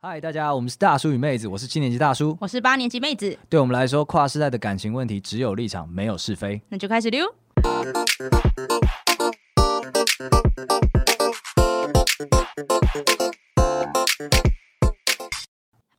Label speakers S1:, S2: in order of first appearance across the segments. S1: 嗨，大家，我们是大叔与妹子，我是七年级大叔。
S2: 我是八年级妹子，
S1: 对我们来说，跨世代的感情问题只有立场，没有是非。
S2: 那就开始溜。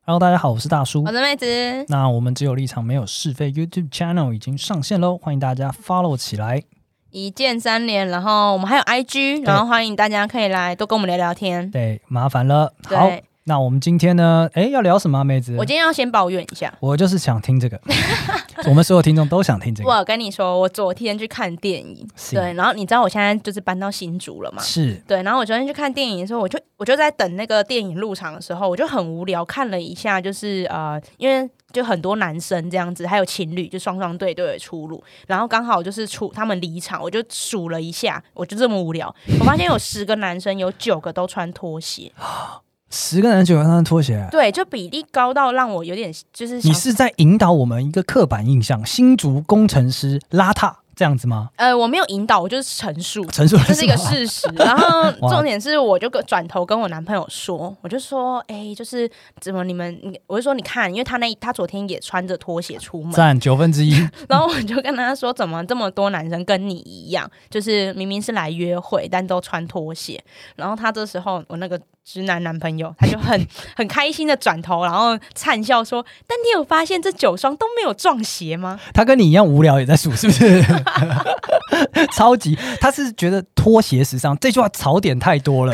S3: Hello，大家好，我是大叔
S2: 我。是妹子，
S3: 那我们只有立场没有是非 YouTube channel 已经上线喽，欢迎大家 follow 起来。
S2: 一键三连，然后我们还有 IG，然后欢迎大家可以来多跟我们聊聊天。
S3: 对，麻烦了。
S2: 对
S3: 好，那我们今天呢？哎，要聊什么、啊，妹子？
S2: 我今天要先抱怨一下，
S3: 我就是想听这个， 我们所有听众都想听这个。
S2: 我跟你说，我昨天去看电影，
S3: 是
S2: 对，然后你知道我现在就是搬到新竹了嘛？
S3: 是
S2: 对，然后我昨天去看电影的时候，我就我就在等那个电影入场的时候，我就很无聊，看了一下，就是呃，因为就很多男生这样子，还有情侣，就双双对对的出入，然后刚好就是出他们离场，我就数了一下，我就这么无聊，我发现有十个男生有九个都穿拖鞋，
S3: 十个人九个穿拖鞋。
S2: 对，就比例高到让我有点就是
S3: 你
S2: 想
S3: 是在引导我们一个刻板印象，新竹工程师邋遢这样子吗？
S2: 呃，我没有引导，我就是陈述，
S3: 陈述了
S2: 这是一个
S3: 吗
S2: 事实。然后
S3: 哇
S2: 重点是，我就跟转头跟我男朋友说，我就说，哎、就是怎么你们，你我就说你看，因为他那他昨天也穿着拖鞋出门，
S3: 占九分之一。
S2: 然后我就跟他说，怎么这么多男生跟你一样，就是明明是来约会，但都穿拖鞋。然后他这时候，我那个直男男朋友他就很 很开心的转头，然后灿笑说，但你有发现这九双都没有撞鞋吗？
S3: 他跟你一样无聊也在数，是不 是？超级，他是觉得拖鞋时尚这句话槽点太多了。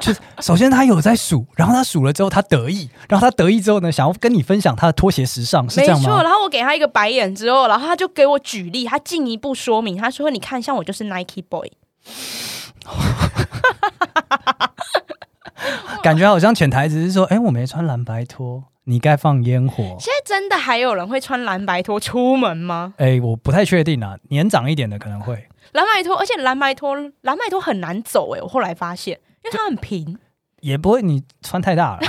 S3: 就是首先他有在数，然后他数了之后他得意，然后他得意之后呢，想要跟你分享他的拖鞋时尚，是
S2: 没
S3: 这样
S2: 错，
S3: 吗？
S2: 然后我给他一个白眼之后，然后他就给我举例，他进一步说明，他说：“你看，像我就是 Nike boy，
S3: 感觉好像潜台词是说，哎、我没穿蓝白拖，你该放烟火。
S2: 现在真的还有人会穿蓝白拖出门吗？
S3: 哎、我不太确定啊，年长一点的可能会。
S2: 蓝白拖，而且蓝白拖，蓝白拖很难走欸诶、我后来发现，因为它很平，
S3: 也不会，你穿太 大了，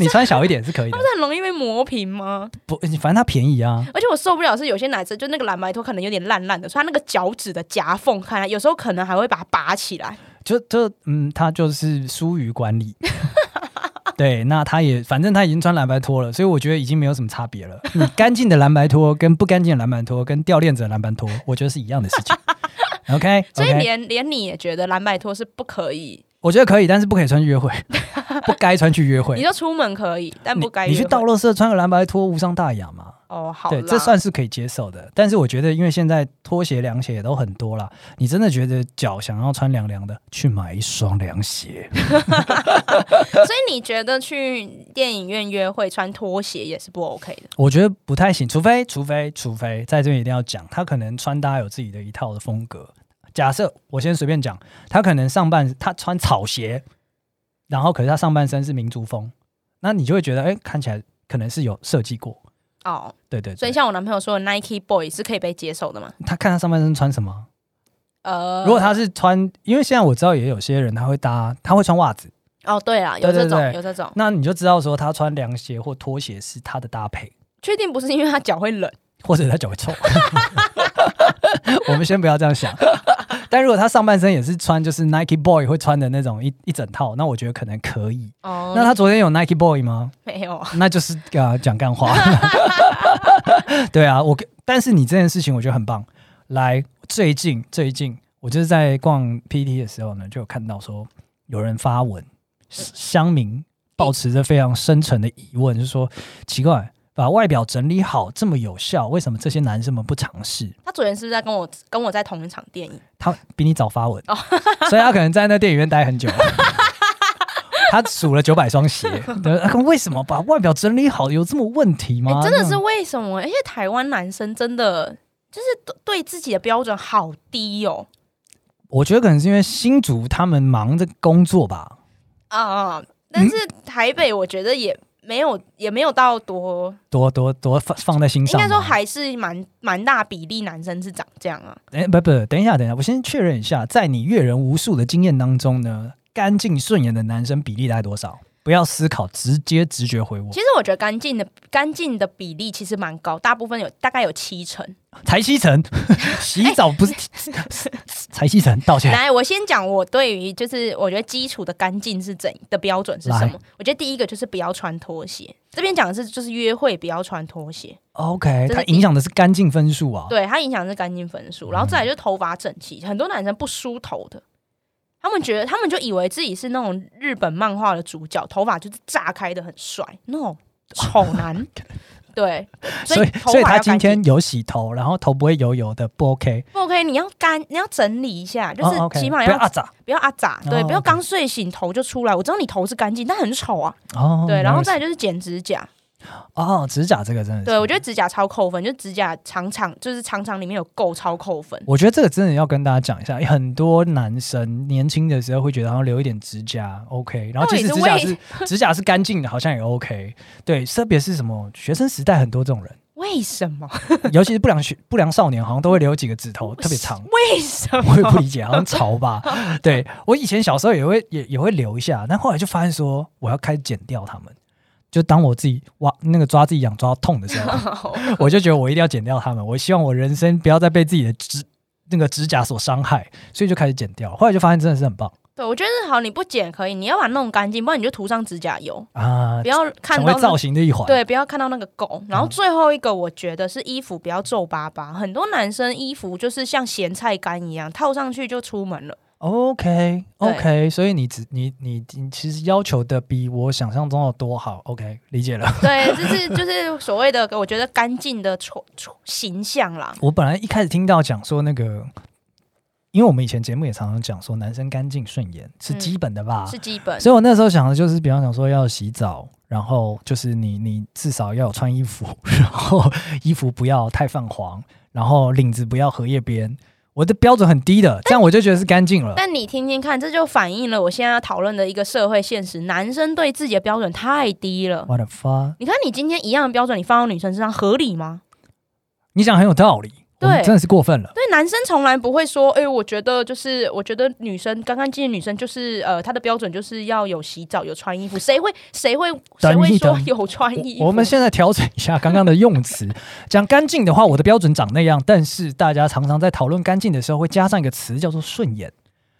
S3: 你穿小一点是可以的
S2: 不。是很容易被磨平吗？
S3: 不，反正它便宜啊。
S2: 而且我受不了是有些男生就那个蓝白拖可能有点烂烂的，所以他那个脚趾的夹缝，看来有时候可能还会把它拔起来。
S3: 就就嗯，他就是疏于管理。 对，那他也反正他已经穿蓝白拖了，所以我觉得已经没有什么差别了。你干净的蓝白拖跟不干净的蓝白拖跟掉链子的蓝白拖，我觉得是一样的事情。OK，
S2: 所以
S3: OK
S2: 连连你也觉得蓝白拖是不可以，
S3: 我觉得可以，但是不可以穿去 约会，不该穿去约会。
S2: 你说出门可以，但不该
S3: 你你去
S2: 约会
S3: 到垃圾穿个蓝白拖无伤大雅嘛？
S2: 哦，好啦，
S3: 对，这算是可以接受的。但是我觉得，因为现在拖鞋、凉鞋也都很多啦，你真的觉得脚想要穿凉凉的，去买一双凉鞋。
S2: 所以你觉得去电影院约会穿拖鞋也是不 OK 的？
S3: 我觉得不太行，除非除非除非在这边一定要讲，他可能穿搭有自己的一套的风格。假设我先随便讲，他可能上半他穿草鞋，然后可是他上半身是民族风，那你就会觉得，哎、看起来可能是有设计过。
S2: 哦，
S3: 对对
S2: 所以
S3: 对，
S2: 像我男朋友说的 Nike Boy 是可以被接受的吗？
S3: 他看他上半身穿什么。
S2: 呃，
S3: 如果他是穿，因为现在我知道也有些人他会搭，他会穿袜子，
S2: 哦，对啦，有
S3: 对对
S2: 这种
S3: 对
S2: 有这种，
S3: 那你就知道说他穿凉鞋或拖鞋是他的搭配。
S2: 确定不是因为他脚会冷？
S3: 或者他脚会臭。 我们先不要这样想。但如果他上半身也是穿就是 Nike Boy 会穿的那种一一整套，那我觉得可能可以。
S2: 哦，
S3: 那他昨天有 Nike Boy 吗？
S2: 没有啊，
S3: 那就是呃讲干话。 对啊，我跟但是你这件事情我觉得很棒。来，最近最近我就是在逛 PT 的时候呢，就有看到说有人发文，
S2: 嗯
S3: 乡民抱持着非常深沉的疑问，就说奇怪，把外表整理好这么有效，为什么这些男生们不尝试？
S2: 他昨天是不是在跟我跟我在同一场电影？
S3: 他比你早发文，
S2: 哦
S3: 所以他可能在那电影院待很 久。他数了九百双鞋，对啊为什么把外表整理好有这么问题吗？
S2: 哎，真的
S3: 这
S2: 是
S3: 样
S2: 为什么？而且台湾男生真的。就是对对自己的标准好低哦，
S3: 我觉得可能是因为新竹他们忙着工作吧。
S2: 啊、但是台北我觉得也没有也没有到多，
S3: 多多多放放在心
S2: 应
S3: 上吗，
S2: 该说还是蛮蛮大比例男生是长这样啊。
S3: 哎、不不，等一下等一下，我先确认一下，在你阅人无数的经验当中呢，干净顺眼的男生比例大概多少？不要思考，直接直觉回我
S2: 其。实我觉得干净的干净的比例其实蛮高，大部分有大概有七成。
S3: 才吸尘， 洗澡不是
S2: 哎
S3: 才吸尘，道歉。
S2: 来，我先讲我对于就是我觉得基础的干净是怎的标准是什么
S3: 来？
S2: 我觉得第一个就是不要穿拖鞋。这边讲的是就是约会不要穿拖鞋，
S3: OK，
S2: 这是
S3: 它影响的是干净分数啊。
S2: 对它影响的是干净分
S3: 嗯
S2: 数。然后再来就是头发整齐，很多男生不梳头的，他们觉得他们就以为自己是那种日本漫画的主角，头发就是炸开的很帅，no 丑男。对，
S3: 所以
S2: 头
S3: 所以
S2: 发
S3: 他
S2: 要
S3: 今
S2: 干净。
S3: 天有洗头，然后头不会油油的，不 OK。
S2: 不 OK，你要干，你要整理一下，就
S3: 哦，OK，
S2: 是起码
S3: 不要
S2: 要
S3: 阿杂
S2: 不要阿杂，
S3: 哦
S2: 对，不要
S3: OK
S2: 刚睡醒头就出来。我知道你头是干净，但很丑啊。
S3: 哦。
S2: 对，然后
S3: 原来
S2: 再来就是剪指甲，
S3: 哦，指甲这个真的是，
S2: 对我觉得指甲超扣分，就指甲长长就是长长里面有垢超扣分。
S3: 我觉得这个真的要跟大家讲一下，很多男生年轻的时候会觉得好像留一点指甲 OK，然后即使指甲
S2: 到底
S3: 是 指甲是干净的，好像也 OK。对，特别是什么学生时代，很多这种人，
S2: 为什么？。
S3: 尤其是不良学不良少年，好像都会留几个指头特别长
S2: 为什
S3: 我也不
S2: 么？
S3: 理解，好像潮 吧？对我以前小时候也会也也会留一下，但后来就发现说我要开始剪掉它们。就当我自己挖那个抓自己痒抓痛的时候， 我就觉得我一定要剪掉它们。我希望我人生不要再被自己的指那个指甲所伤害，所以就开始剪掉。后来就发现真的是很棒
S2: 对，我觉得好，你不剪可以，你要把它弄干净，不然你就涂上指甲油，
S3: 啊
S2: 不，要看
S3: 成
S2: 到
S3: 为
S2: 那
S3: 造嗯型的一环。
S2: 对，不要看到那个垢。然后最后一个，我觉得是衣服不要皱巴巴。很多男生衣服就是像咸菜干一样，套上去就出门了。
S3: ，OK OK，所以你只你你你其实要求的比我想象中的多好。OK，理解了。
S2: 对，就是就是所谓的，我觉得干净的丑丑形象啦。
S3: 我本来一开始听到讲说那个，因为我们以前节目也常常讲说男生干净顺眼是
S2: 嗯
S3: 基本的吧，
S2: 是基本，
S3: 啊所以我那时候想的就是，比方讲说要洗澡，然后就是你你至少要有穿衣服， 然后衣服不要太泛黄，然后领子不要荷叶边。我的标准很低的，这样我就觉得是干净了。
S2: 但你听听看，这就反映了我现在要讨论的一个社会现实：男生对自己的标准太低了。
S3: What the fuck？
S2: 你看，你今天一样的标准，你放到女生身上合理吗？
S3: 你讲很有道理，我
S2: 对
S3: 们真的是过分了。
S2: 对，男生从来不会说，哎、我觉得就是，我觉得女生干干净净，女生就是，呃，她的标准就是要有洗澡、有穿衣服，谁会谁会谁
S3: 等
S2: 会
S3: 一
S2: 说
S3: 等
S2: 有穿哎衣服？
S3: 我我们现在调整一下刚刚的用 词，讲干净的话，我的标准长那样，但是大家常常在讨论干净的时候，会加上一个词叫做顺眼。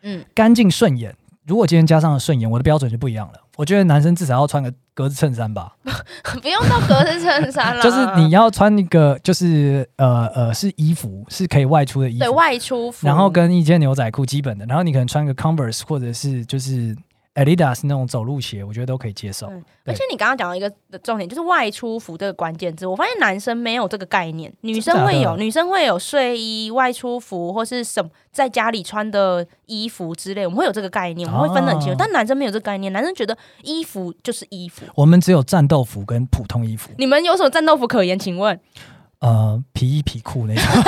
S2: 嗯，
S3: 干净顺眼。如果今天加上了顺眼，我的标准就不一样了。我觉得男生至少要穿个格子衬衫吧，
S2: 不用到格子衬衫 了，
S3: 就是你要穿一个，就是呃呃，是衣服，是可以外出的衣
S2: 对
S3: 服，
S2: 外出服，
S3: 然后跟一件牛仔裤基本的，然后你可能穿个 Converse 或者是就是 Adidas 那种走路鞋，我觉得都可以接受。
S2: 嗯而且你刚刚讲到一个重点，就是外出服这个关键字，我发现男生没有这个概念，女生
S3: 真的
S2: 会
S3: 假
S2: 有，
S3: 的
S2: 女生会有睡衣、外出服或是什么在家里穿的衣服之类，我们会有这个概念，我们会分得很清楚。
S3: 哦
S2: 但男生没有这个概念，男生觉得衣服就是衣服。
S3: 我们只有战斗服跟普通衣服，
S2: 你们有什么战斗服可言？请问？
S3: 呃，皮衣皮裤那种。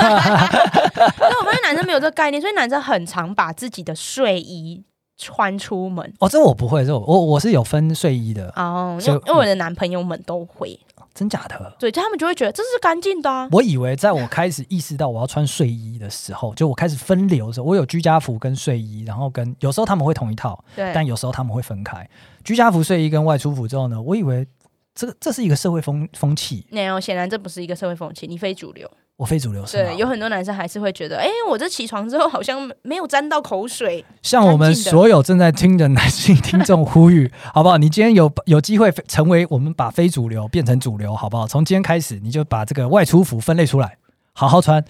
S2: 但我发现男生没有这个概念，所以男生很常把自己的睡衣穿出门。
S3: 哦，这我不会，这我我我是有分睡衣的，
S2: 哦，因
S3: 所以
S2: 为因为我的男朋友们都会，
S3: 真假的？
S2: 对，就他们就会觉得这是干净的啊。
S3: 我以为在我开始意识到我要穿睡衣的时候，就我开始分流的时候，我有居家服跟睡衣，然后跟有时候他们会同一套，
S2: 对，
S3: 但有时候他们会分开。居家服、睡衣跟外出服之后呢，我以为这个这是一个社会风风气，
S2: 没有，显然这不是一个社会风气，你非主流。
S3: 我非主流是吗
S2: 对，有很多男生还是会觉得，哎、我这起床之后好像没有沾到口水，
S3: 像我们
S2: 干净的
S3: 所有正在听的男性听众呼 吁，好不好？你今天有有机会成为我们把非主流变成主流，好不好？从今天开始，你就把这个外出服分类出来，好好穿。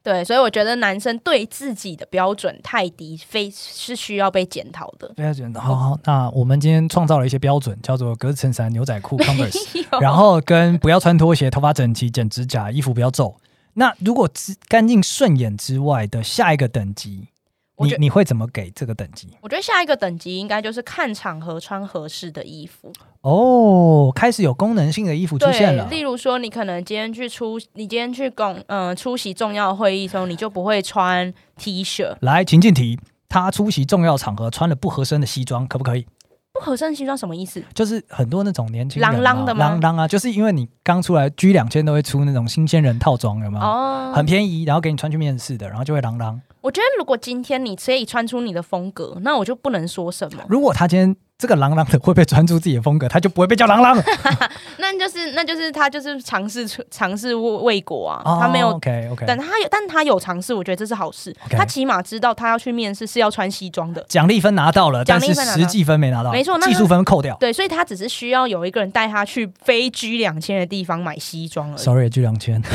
S2: 对，所以我觉得男生对自己的标准太低，非是需要被检讨的。
S3: 不要觉得好好。那我们今天创造了一些标准，叫做格子衬衫、牛仔 裤、Converse。然后跟不要穿拖鞋、头发整齐、剪指甲、衣服不要皱。那如果只干净顺眼之外的下一个等级，
S2: 我
S3: 你
S2: 觉
S3: 你会怎么给这个等级？
S2: 我觉得下一个等级应该就是看场合穿合适的衣服，
S3: 哦，开始有功能性的衣服出现
S2: 对，
S3: 了。
S2: 例如说你可能今天去出，你今天去公嗯、出席重要会议的时候，你就不会穿 T 恤，
S3: 来，情境题，他出席重要场合穿了不合身的西装，可不可以？
S2: 不合身西装什么意思？
S3: 就是很多那种年轻人、啊，
S2: 啷啷的吗
S3: 啷啷啊，就是因为你刚出来 G 两千都会出那种新鲜人套装，有没有？
S2: 哦，
S3: 很便宜，然后给你穿去面试的，然后就会啷啷。
S2: 我觉得如果今天你可以穿出你的风格，那我就不能说什么。
S3: 如果他今天这个郎朗的会不会专注自己的风格，他就不会被叫郎朗。
S2: 那就是那就是他就是尝试出尝试未未果啊，
S3: 哦
S2: 他没有。
S3: OK OK，
S2: 但他有，但他有尝试，我觉得这是好事。
S3: OK
S2: 他起码知道他要去面试是要穿西装的，
S3: 奖励分拿到了，
S2: 奖
S3: 但
S2: 励
S3: 是
S2: 分拿到
S3: 实际分没拿到，
S2: 没错那
S3: 技术分扣掉。
S2: 对，所以他只是需要有一个人带他去非 G 两千的地方买西装而已。
S3: Sorry，就两千。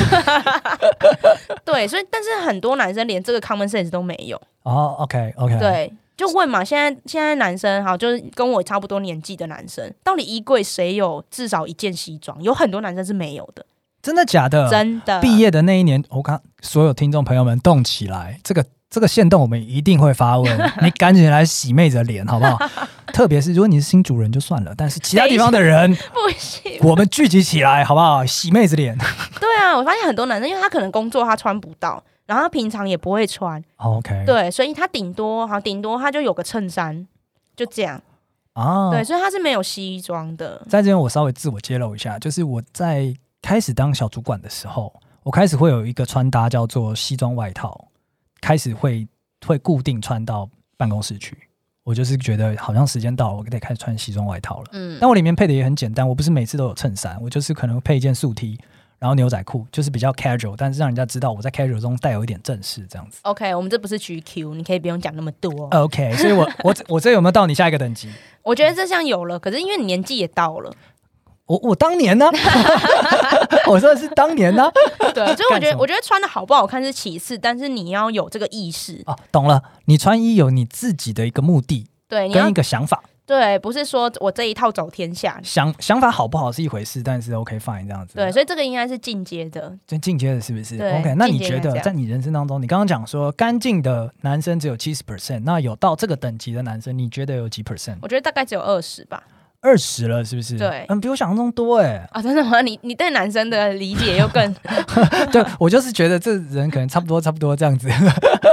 S2: 对，所以但是很多男生连这个 common sense 都没有。
S3: 哦，OK OK，，
S2: 对，就问嘛，现在现在男生哈，就是跟我差不多年纪的男生，到底衣柜谁有至少一件西装？有很多男生是没有的，
S3: 真的假的？
S2: 真的。
S3: 呃毕业的那一年，我看所有听众朋友们动起来，这个这个线动我们一定会发问， 你赶紧来洗妹子的脸好不好？特别是如果你是新主人就算了，但是其他地方的人，
S2: 不行，
S3: 我们聚集起来好不好？洗妹子脸。
S2: 对啊，我发现很多男生，因为他可能工作他穿不到，然后他平常也不会穿，
S3: 哦 OK，
S2: 对，所以他顶多好顶多他就有个衬衫，就这样，
S3: 啊，
S2: 对，所以他是没有西装的，
S3: 在这边我稍微自我揭露一下，就是我在开始当小主管的时候，我开始会有一个穿搭叫做西装外套，开始会会固定穿到办公室去。我就是觉得好像时间到了，我得开始穿西装外套了。
S2: 嗯，
S3: 但我里面配的也很简单，我不是每次都有衬衫，我就是可能配一件素 T，然后牛仔裤，就是比较 casual，但是让人家知道我在 casual 中带有一点正式这样子。
S2: OK，我们这不是 GQ，你可以不用讲那么多。
S3: OK，所以我我我这有没有到你下一个等级？
S2: 我觉得这项有了，可是因为你年纪也到了，
S3: 我我当年呢、 我说的是当年呢、
S2: 对，所以 我
S3: 干
S2: 觉
S3: 什
S2: 得
S3: 么
S2: 我觉得穿的好不好看是其次，但是你要有这个意识，
S3: 哦，懂了，你穿衣有你自己的一个目的
S2: 对，你
S3: 跟
S2: 要
S3: 一个想法，
S2: 对，不是说我这一套走天下，
S3: 想想法好不好是一回事，但是啊 OK fine 这样子。
S2: 对，，所以这个应该是进阶的，
S3: 最进阶的是不是
S2: 对
S3: ？OK，那你
S2: 进阶
S3: 觉
S2: 应该这
S3: 得
S2: 样
S3: 在你人生当中，你刚刚讲说干净的男生只有七十 percent，那有到这个等级的男生，你觉得有几 percent？
S2: 我觉得大概只有二十吧。
S3: 二十了是不是？
S2: 对。
S3: 嗯，比我想象中多哎
S2: 啊，真的吗？你你对男生的理解又更
S3: 对我就是觉得这人可能差不多差不多这样子，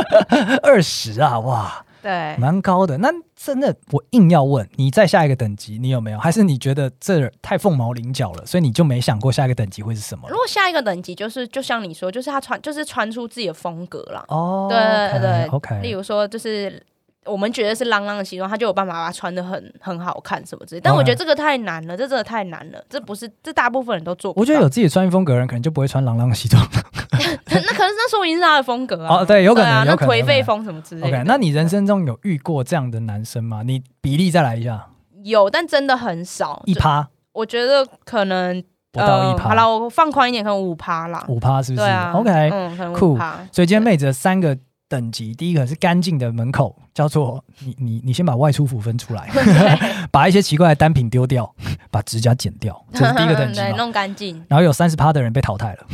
S3: 二十啊，哇，
S2: 对，
S3: 蛮高的。那真的，我硬要问你，在下一个等级你有没有？还是你觉得这太凤毛麟角了，所以你就没想过下一个等级会是什么了
S2: 如？果下一个等级就是，就像你说，就是他穿，就是穿出自己的风格啦。
S3: 哦，
S2: 对对
S3: o k
S2: 例如说，就是我们觉得是浪浪的西装，他就有办法把它穿的很很好看什么之类。但我
S3: 哎
S2: 觉得这个太难了，这真的太难了，这不是这大部分人都做不到。
S3: 我觉得有自己穿衣风格的人，可能就不会穿朗朗西 装。
S2: 那可能那说明是他的风格啊。
S3: 哦对有可能
S2: 啊，
S3: 有
S2: 那
S3: 可能
S2: 颓废风什么之类
S3: OK，
S2: 的。
S3: 那你人生中有遇过这样的男生吗？你比例再来一下，
S2: 有，但真的很少。
S3: 一
S2: 就
S3: 趴
S2: 我觉得可能
S3: 不到一
S2: 呃好
S3: 趴，
S2: 了，我放宽一点，可能五趴啦。
S3: 五趴是不
S2: 对
S3: 是
S2: 啊
S3: ？OK，
S2: 嗯，可能
S3: 酷
S2: 五趴。
S3: 所以今天妹子的三个等级，第一个是干净的门口，叫做你你你先把外出服分出来， 把一些奇怪的单品丢掉， 把指甲剪掉， 这是第一个等级
S2: 对，
S3: 嘛。
S2: 弄干净。
S3: 然后有三十趴的人被淘汰了，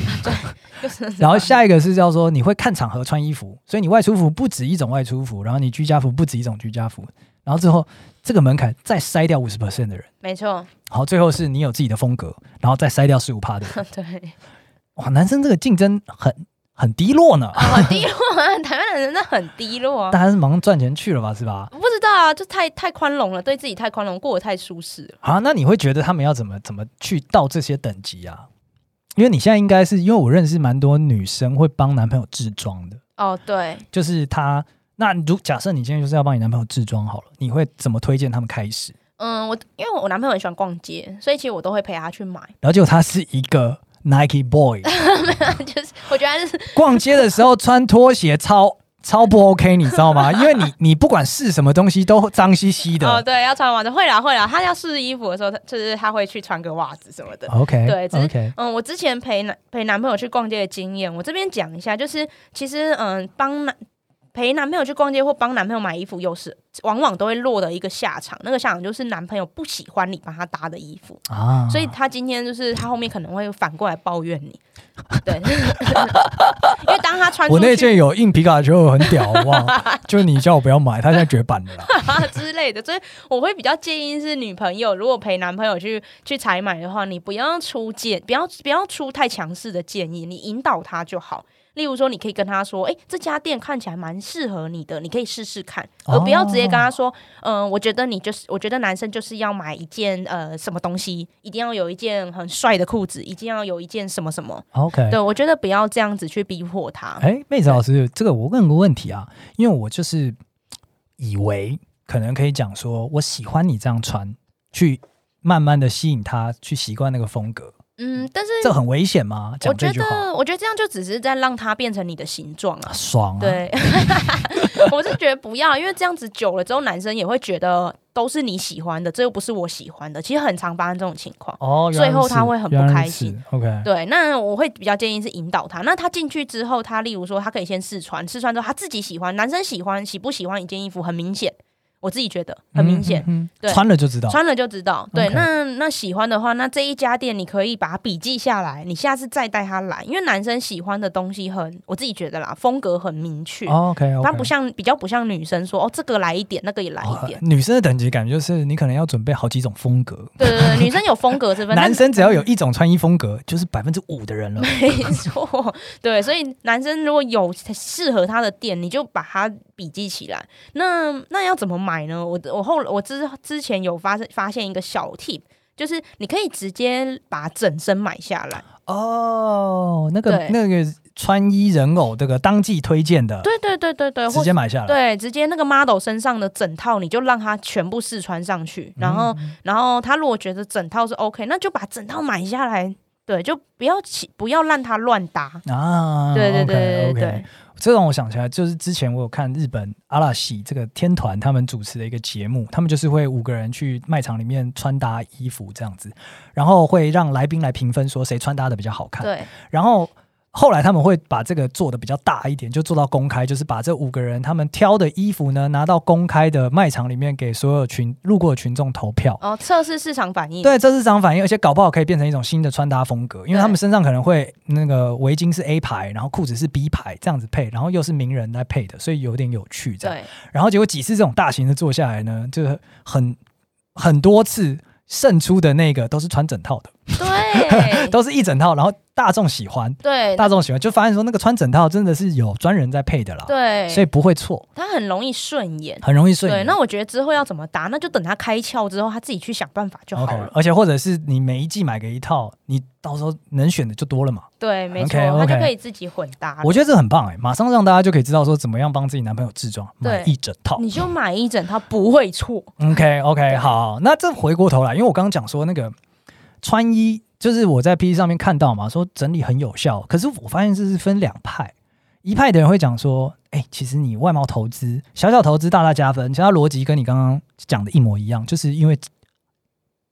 S3: 然后下一个是叫做你会看场合穿衣服，所以你外出服不止一种外出服，然后你居家服不止一种居家服，然后最后这个门槛再筛掉五十 percent 的人，
S2: 没错，
S3: 然后最后是你有自己的风格，然后再筛掉十五趴的人，
S2: 对，
S3: 哇，男生这个竞争很很低落呢，
S2: 啊，低落啊， 台湾的人真的很低落啊
S3: 大。家是忙赚钱去了吧，是吧？
S2: 我不知道啊，就太太宽容了，对自己太宽容，过得太舒适了。
S3: 啊，那你会觉得他们要怎么怎么去到这些等级啊？因为你现在应该是因为我认识蛮多女生会帮男朋友制装的，
S2: 哦，对，
S3: 就是她那如假设你今天就是要帮你男朋友制装好了，你会怎么推荐他们开始？
S2: 嗯，我因为我男朋友很喜欢逛街，所以其实我都会陪他去买，
S3: 然后结果他是一个 Nike boy，
S2: 就是我觉得他就是
S3: 逛街的时候穿拖鞋超超不 OK，你知道吗？因为你你不管是什么东西都脏兮兮的。
S2: 哦，对，要穿袜子，会啦会啦，他要试衣服的时候，他就是他会去穿个袜子什么的。
S3: OK，
S2: 对只是
S3: OK，
S2: 嗯，我之前陪男陪男朋友去逛街的经验，我这边讲一下，就是其实嗯，帮男陪男朋友去逛街或帮男朋友买衣服，有时往往都会落得一个下场，那个下场就是男朋友不喜欢你帮他搭的衣服，
S3: 啊，
S2: 所以他今天就是他后面可能会反过来抱怨 你，对， 因为当他穿出
S3: 我那
S2: 去
S3: 件有印皮卡丘很屌，好不 好？就你叫我不要买，他现在绝版了啦。
S2: 之类的，所以我会比较建议是女朋友如果陪男朋友去去采买的话，你不要出建，不要不要出太强势的建议，你引导他就好。例如说，你可以跟他说：“诶，这家店看起来蛮适合你的，你可以试试看。”
S3: 哦
S2: 而不要直接跟他说：“嗯、我觉得你就是，我觉得男生就是要买一件呃什么东西，一定要有一件很帅的裤子，一定要有一件什么什么。
S3: OK，
S2: 对我觉得不要这样子去逼迫他。
S3: 啊哎，妹子老师，这个我问个问题啊，因为我就是以为可能可以讲说我喜欢你这样穿，去慢慢的吸引他去习惯那个风格，
S2: 嗯，但是
S3: 这很危险吗？
S2: 我
S3: 讲
S2: 觉
S3: 这句话
S2: 得，我觉得这样就只是在让它变成你的形状啊。
S3: 爽啊！
S2: 对， 我是觉得不要，因为这样子久了之后，男生也会觉得都是你喜欢的，这又不是我喜欢的。其实很常发生这种情况。
S3: 哦，原来
S2: 最后
S3: 如此
S2: 他会很不
S3: 原来如
S2: 开心
S3: 此。OK，
S2: 对，那我会比较建议是引导他。那他进去之后，他例如说，他可以先试穿，试穿之后他自己喜欢，男生喜欢喜不喜欢一件衣服，很明显，我自己觉得很明显。
S3: 嗯，嗯嗯
S2: 对
S3: 穿了就知道。
S2: 穿了就知道。对
S3: OK
S2: 那那喜欢的话，那这一家店你可以把它笔记下来，你下次再带他来，因为男生喜欢的东西很，我自己觉得啦，风格很明确。
S3: 哦 OK，
S2: 他不像比较不像女生说哦，这个来一点，那个也来一点。
S3: 哦女生的等级感觉就是你可能要准备好几种风格，
S2: 对对对，女生有风 格这份，
S3: 男生只要有一种穿衣风格，就是百分之五的人了。
S2: 没错，对，所以男生如果有适合他的店，你就把它笔记起来。那那要怎么买呢？我我后我之之前有发生发现一个小 tip，就是你可以直接把整身买下来。
S3: 哦，那个
S2: 对
S3: 那个穿衣人偶，这个当季推荐的，
S2: 对对对对对，
S3: 直
S2: 或
S3: 接买下来。
S2: 对，直接那个 model 身上的整套，你就让他全部试穿上去，
S3: 嗯
S2: 然后，然后他如果觉得整套是 OK，那就把整套买下来，对，就不要起，不要让他乱搭。
S3: 啊，
S2: 对对
S3: OK，OK
S2: 对对对，
S3: 这让我想起来，就是之前我有看日本阿拉西这个天团他们主持的一个节目，他们就是会五个人去卖场里面穿搭衣服这样子，然后会让来宾来评分说谁穿搭的比较好看。
S2: 对
S3: 然后后来他们会把这个做的比较大一点，就做到公开，就是把这五个人他们挑的衣服呢拿到公开的卖场里面给所有群路过的群众投票。
S2: 哦，测试市场反应。
S3: 对，这是场反应，而且搞不好可以变成一种新的穿搭风格，因为
S2: 对
S3: 他们身上可能会那个围巾是 A 牌，然后裤子是 B 牌这样子配，然后又是名人来配的，所以有点有趣这样。
S2: 对
S3: 然后结果几次这种大型的做下来呢，就是很很多次胜出的那个都是穿整套的，
S2: 对
S3: 都是一整套，然后大众喜欢，
S2: 对
S3: 大众喜欢，就发现说那个穿整套真的是有专人在配的啦，
S2: 对，
S3: 所以不会错，
S2: 他很容易顺眼。
S3: 很容易顺
S2: 对，
S3: 眼。
S2: 那我觉得之后要怎么搭，那就等他开窍之后，他自己去想办法就好
S3: OK，
S2: 了。
S3: 而且或者是你每一季买个一套，你到时候能选的就多了嘛。
S2: 对，没错
S3: OK，OK
S2: 他就可以自己混搭了。
S3: 我觉得这很棒哎、马上让大家就可以知道说怎么样帮自己男朋友置装，买
S2: 对
S3: 一整套。
S2: 你就买一整套不会错。
S3: OK OK，好，那这回过头来，因为我刚刚讲说那个穿衣，就是我在 P 上面看到嘛，说整理很有效，可是我发现这是分两派，一派的人会讲说，哎、其实你外貌投资，小小投资大大加分，其实他逻辑跟你刚刚讲的一模一样，就是因为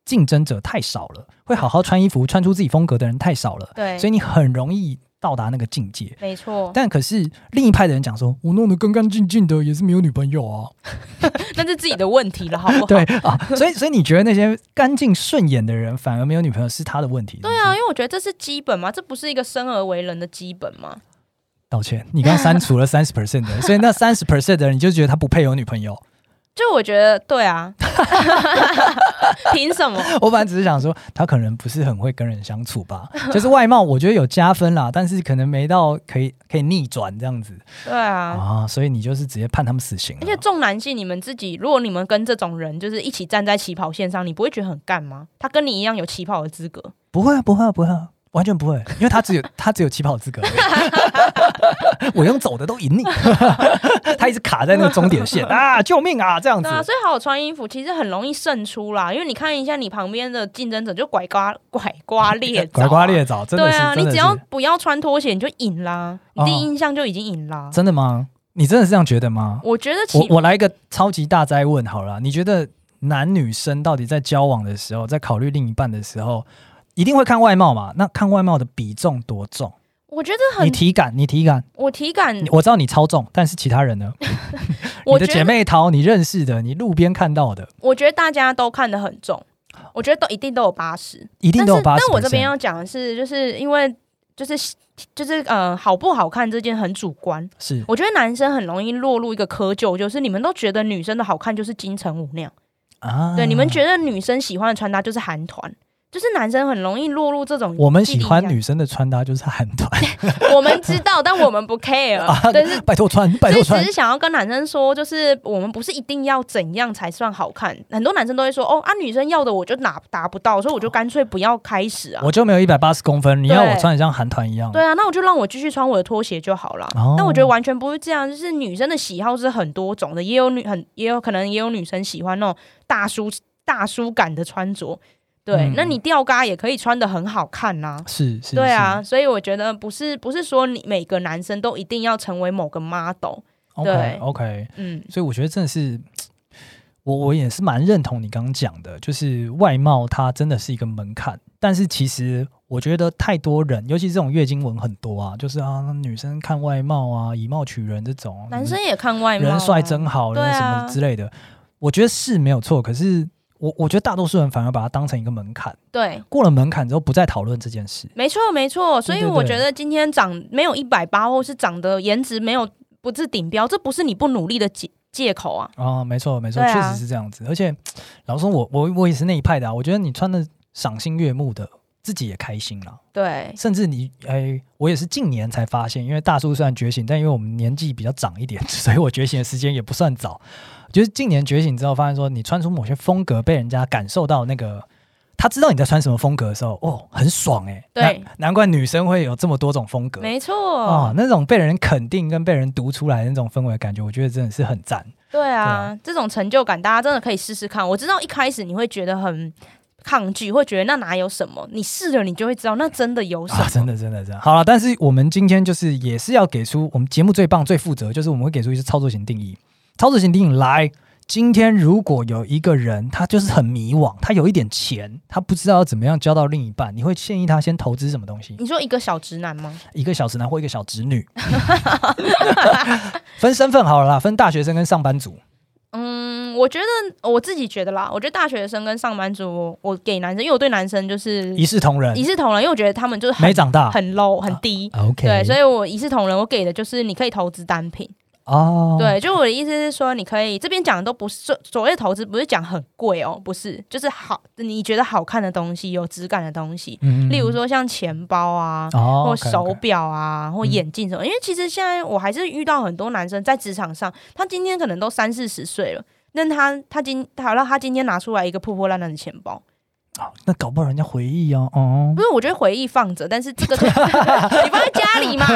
S3: 竞争者太少了，会好好穿衣服、穿出自己风格的人太少了，
S2: 对
S3: 所以你很容易到达那个境界。
S2: 没错，
S3: 但可是另一派的人讲说，我弄得干干净净的，也是没有女朋友啊。
S2: 那是自己的问题了，好不 好？
S3: 对啊，所以所以你觉得那些干净顺眼的人反而没有女朋友是他的问题？
S2: 对啊，因为我觉得这是基本嘛，这不是一个生而为人的基本嘛。
S3: 道歉，你刚刚删除了三十 percent 的人，所以那三十 percent 的人你就觉得他不配有女朋友。
S2: 就我觉得，对啊，凭什么？
S3: 我本来只是想说，他可能不是很会跟人相处吧，就是外貌我觉得有加分啦，但是可能没到可以可以逆转这样子
S2: 对啊。
S3: 啊，所以你就是直接判他们死刑了
S2: 而且重男性，你们自己，如果你们跟这种人就是一起站在起跑线上，你不会觉得很干吗？他跟你一样有起跑的资格，
S3: 不会啊，不会啊，不会啊，完全不会，因为他只有 他只有起跑资格而已。我用走的都赢你， 他一直卡在那个终点线啊！救命啊！这样子
S2: 对，啊，所以好好穿衣服其实很容易胜出啦。因为你看一下你旁边的竞争者，就拐瓜 拐瓜裂枣啊
S3: 拐瓜裂枣，真
S2: 对
S3: 的是，
S2: 啊，
S3: 真
S2: 你
S3: 的
S2: 只要
S3: 是
S2: 不要穿拖鞋，你就赢啦，你第
S3: 哦
S2: 一印象就已经赢啦。
S3: 真的吗？你真的是这样觉得吗？
S2: 我觉得起
S3: 我我来一个超级大灾问好了，你觉得男女生到底在交往的时候，在考虑另一半的时候，一定会看外貌嘛？那看外貌的比重多重？嗯
S2: 我觉得
S3: 你
S2: 很，
S3: 体感，你体感，
S2: 我体感
S3: 你，我知道你超重，但是其他人呢？你
S2: 我
S3: 的
S2: 觉
S3: 姐
S2: 得
S3: 妹淘，你认识的，你路边看到的，
S2: 我觉得大家都看得很重，我觉得都一定都有八十，
S3: 一定
S2: 但
S3: 都
S2: 是
S3: 有八十。
S2: 但我这边要讲的是，就是因为就是就是呃，好不好看这件很主观。
S3: 是
S2: 我觉得男生很容易落入一个窠臼，就是你们都觉得女生的好看就是金城武那样，
S3: 啊
S2: 对，你们觉得女生喜欢的穿搭就是韩团，就是男生很容易落入这种
S3: 我们
S2: 既
S3: 喜
S2: 定
S3: 欢
S2: 印象
S3: 女生的穿搭就是韩团
S2: 我们知道，但我们不 care，、
S3: 啊
S2: 但是，。
S3: 拜托 穿，拜
S2: 所
S3: 托
S2: 以只
S3: 穿
S2: 是。想要跟男生说，就是我们不是一定要怎样才算好看。很多男生都会说，哦啊，女生要的我就拿达不到，所以我就干脆不要开始啊。
S3: 我就没有一百八十公分，你要我
S2: 对
S3: 穿的像韩团一样，
S2: 对啊，那我就让我继续穿我的拖鞋就好了。
S3: 哦
S2: 但我觉得完全不是这样，就是女生的喜好是很多种的，也有女很也有可能也有女生喜欢那种大叔大叔感的穿着。对，
S3: 嗯
S2: 那你吊嘎也可以穿的很好看呐、
S3: 是是，
S2: 对
S3: 是
S2: 啊，所以我觉得不是不是说你每个男生都一定要成为某个 model，
S3: ，OK
S2: 对
S3: OK，
S2: 嗯，
S3: 所以我觉得真的是，我我也是蛮认同你刚刚讲的，就是外貌它真的是一个门槛，但是其实我觉得太多人，尤其这种月经文很多啊，就是啊女生看外貌啊，以貌取人这种，
S2: 男生也看外貌、啊，
S3: 人帅真好，
S2: 对
S3: 人什
S2: 啊
S3: 么之类的，我觉得是没有错，可是。我我觉得大多数人反而把它当成一个门槛，
S2: 对，
S3: 过了门槛之后不再讨论这件事。
S2: 没错没错。所以
S3: 对对
S2: 我觉得今天长没有一百八，或是长得颜值没有不是顶标，这不是你不努力的借借口啊。
S3: 啊、没错，没错，
S2: 对
S3: 确
S2: 啊
S3: 实是这样子。而且，老实说我，我我也是那一派的啊。我觉得你穿的赏心悦目的，自己也开心啦。
S2: 对，
S3: 甚至你，哎、我也是近年才发现，因为大叔虽然觉醒，但因为我们年纪比较长一点， 所以我觉醒的时间也不算早。就是近年觉醒之后，发现说你穿出某些风格，被人家感受到那个，他知道你在穿什么风格的时候，哦，很爽哎、
S2: 对
S3: 难，难怪女生会有这么多种风格。
S2: 没错。
S3: 哦，那种被人肯定跟被人读出来的那种氛围的感觉，我觉得真的是很赞。
S2: 对
S3: 啊
S2: 啊，这种成就感大家真的可以试试看。我知道一开始你会觉得很抗拒，会觉得那哪有什么？你试了，你就会知道那真的有什么。
S3: 啊，真的真的真的好了，但是我们今天就是也是要给出我们节目最棒、最负责，就是我们会给出一些操作型定义。操作型定义来，今天如果有一个人他就是很迷惘，他有一点钱，他不知道要怎么样交到另一半，你会建议他先投资什么东西？
S2: 你说一个小直男吗？
S3: 一个小直男或一个小直女，分身份好了啦，分大学生跟上班族。
S2: 嗯，我觉得我自己觉得啦，我觉得大学生跟上班族，我给男生，因为我对男生就是
S3: 一视同仁
S2: 一，视同仁，因为我觉得他们就是很
S3: 没啊长大。
S2: 很 low 很低。
S3: OK，
S2: 对，所
S3: 以
S2: 以我一视同仁，我给的就是你可以投资单品。
S3: 哦，
S2: 对，就我的意思是说，你可以这边讲的都不是所所谓的投资，不是讲很贵哦，不是，就是好你觉得好看的东西，有质感的东西，
S3: 嗯，嗯
S2: 例如，说像钱包啊。
S3: 哦，
S2: 或
S3: OK，OK
S2: 手表啊，或
S3: 嗯
S2: 眼镜什么，因为其实现在我还是遇到很多男生在职场上，他今天可能都三四十岁了，但他他今好了，他今天拿出来一个破破烂烂的钱包，
S3: 哦那搞不好人家回忆哦，哦
S2: 不，是，我觉得回忆放着，但是这个 你放在家里嘛，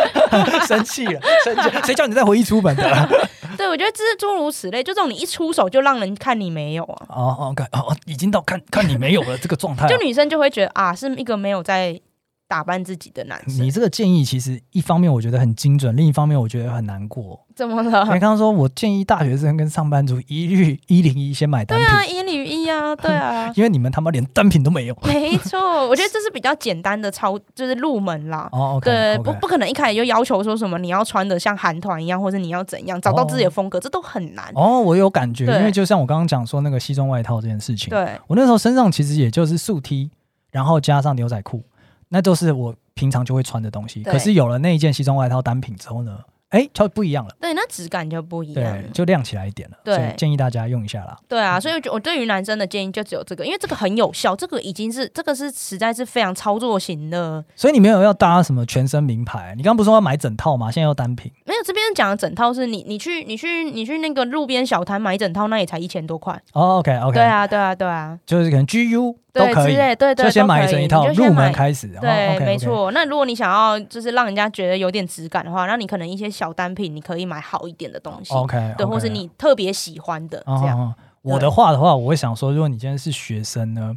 S3: 生气了，生气， 谁叫你在回忆出本的？
S2: 对我觉得这是诸如此类，就这种你一出手就让人看你没有啊，
S3: 哦哦，看哦，已经到看看你没有了这个状态啊、
S2: 就女生就会觉得啊，是一个没有在打扮自己的男生
S3: 你，这个建议其实一方面我觉得很精准，另一方面我觉得很难过。
S2: 怎么
S3: 你刚
S2: 了？
S3: 刚说我建议大学生跟上班族一 律一零一先买单
S2: 对
S3: 品，，
S2: 啊，一零一啊，对 啊
S3: 因为你们他妈连单品都没有。
S2: 没错，我觉得这是比较简单的操，就是入门啦。
S3: 哦，OK，
S2: 对
S3: o
S2: 不
S3: k
S2: 不可能一开始就要求说什么你要穿的像韩团一样，或者你要怎样找到自己的风格，这都很难。
S3: 哦，我有感觉，
S2: 对
S3: 因为就像我刚刚讲说那个西装外套这件事情，
S2: 对
S3: 我那时候身上其实也就是素 T，然后加上牛仔裤，那都是我平常就会穿的东西。
S2: 对
S3: 可是有了那一件西装外套单品之后呢，哎，就不一样了。
S2: 对，那质感就不一样了
S3: 对，。就亮起来一点了。
S2: 对
S3: 所以建议大家用一下啦。
S2: 对啊，所以我觉我对于男生的建议就只有这个，因为这个很有效，这个已经是这个是实在是非常操作型的。
S3: 所以你没有要搭什么全身名牌，你刚刚不是说要买整套吗？现在要单品
S2: 没有这边讲的整套是你你去你去你去那个路边小摊买一整套，那也才一千多块。
S3: 哦。OK OK，
S2: 对，啊对啊对啊，
S3: 就是可能 GU 都
S2: 对
S3: 可
S2: 之
S3: 以，
S2: 类对对，
S3: 就先
S2: 都可
S3: 买
S2: 以
S3: 成一
S2: 你
S3: 套，
S2: 就先
S3: 入
S2: 买
S3: 门开始。
S2: 对
S3: 哦、，OK，
S2: 没。错。那如果你想要就是让人家觉得有点质感的话，那你可能一些小单品你可以买好一点的东西，
S3: 哦 OK，, o k
S2: 对，或是你特别喜欢的这样。
S3: 哦我的话的话，我会想说，如果你今天是学生呢，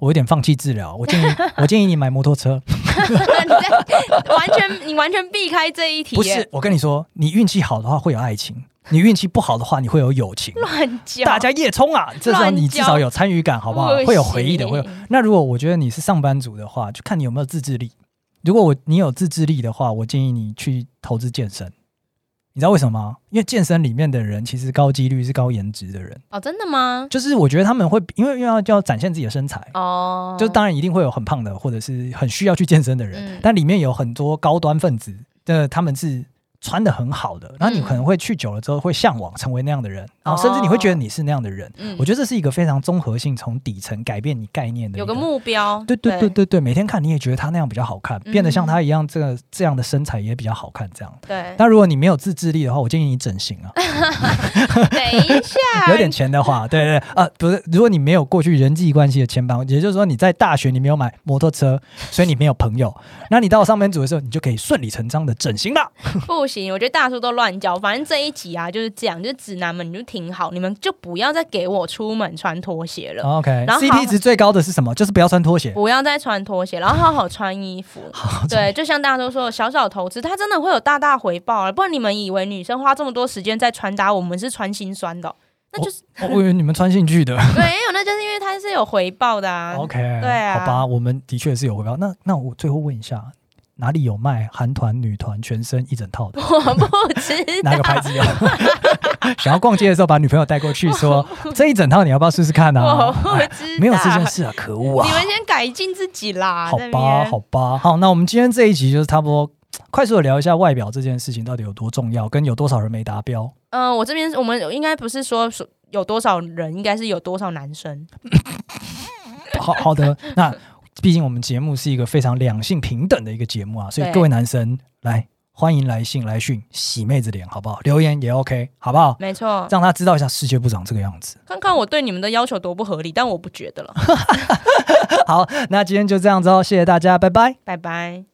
S3: 我有点放弃治疗。我建议，我建议你买摩托车。
S2: 你在完全你完全避开这一题
S3: 不
S2: 耶，
S3: 是，我跟你说，你运气好的话会有爱情，你运气不好的话你会有友情。
S2: 乱讲。
S3: 大家夜冲啊！这时候你至少有参与感，好不好
S2: 乱？交
S3: 会有回忆的，
S2: 不行
S3: 会有。那如果我觉得你是上班族的话，就看你有没有自制力。如果我你有自制力的话，我建议你去投资健身。你知道为什么吗？因为健身里面的人其实高几率是高颜值的人，
S2: 哦，真的吗？
S3: 就是我觉得他们会因为因为要要展现自己的身材，
S2: 哦，
S3: 就当然一定会有很胖的或者是很需要去健身的人，
S2: 嗯
S3: 呃但里面有很多高端分子，的他们是穿的很好的，然后你可
S2: 嗯
S3: 能会去久了之后会向往成为那样的人，然后甚至你会觉得你是那样的人。
S2: 哦嗯
S3: 我觉得这是一个非常综合性，从底层改变你概念的一。
S2: 有个目标，
S3: 对对对对对，每天看你也觉得他那样比较好看，变得像他一样，这个这样的身材也比较好看。这样，
S2: 嗯对，
S3: 但如果你没有自制力的话，我建议你整形啊。
S2: 等一下，
S3: 有点钱的话，对对对啊，不是，如果你没有过去人际关系的牵绊，也就是说你在大学你没有买摩托车，所以你没有朋友，那你到上班族的时候，你就可以顺理成章的整形了。
S2: 不行，我觉得大叔都乱教。反正这一集啊就是这样，就是指南们你就挺好，你们就不要再给我出门穿拖鞋
S3: 哦
S2: 了，然后
S3: OK，CP 值最高的是什么？就是不要穿拖鞋。
S2: 不要再穿拖鞋，然后好好穿 衣服。对，就像大家都说的，小小投资它真的会有大大回报啊！不然你们以为女生花这么多时间在穿搭，我们是穿心酸的哦、那就是
S3: 哦我以为你们穿兴趣的。
S2: 没有，那就是因为它是有回报的啊。
S3: OK，
S2: 对 啊
S3: 好吧，我们的确是有回报。那那我最后问一下，哪里有卖韩团、女团全身一整套的？
S2: 我不知道
S3: 哪个牌子有？想要逛街的时候把女朋友带过去 说，这一整套你要不要试试看
S2: 我
S3: 啊？
S2: 不
S3: 哎
S2: 知道，
S3: 没有这件事啊，可恶啊！
S2: 你们先改进自己啦。
S3: 好
S2: 啊在那
S3: 吧，
S2: 边
S3: 好吧，好，那我们今天这一集就是差不多快速的聊一下外表这件事情到底有多重要，跟有多少人没达标。
S2: 嗯、我这边我们应该不是说说有多少人，应该是有多少男生。
S3: 好好的，那毕竟我们节目是一个非常两性平等的一个节目啊，所以
S2: 对
S3: 各位男生来欢迎来信来讯洗妹子脸好不好？留言也 OK 好不好？
S2: 没错，
S3: 让他知道一下世界不长这个样子。
S2: 看看我对你们的要求多不合理，但我不觉得了。
S3: 好，那今天就这样子哦，谢谢大家，拜拜。
S2: 拜拜。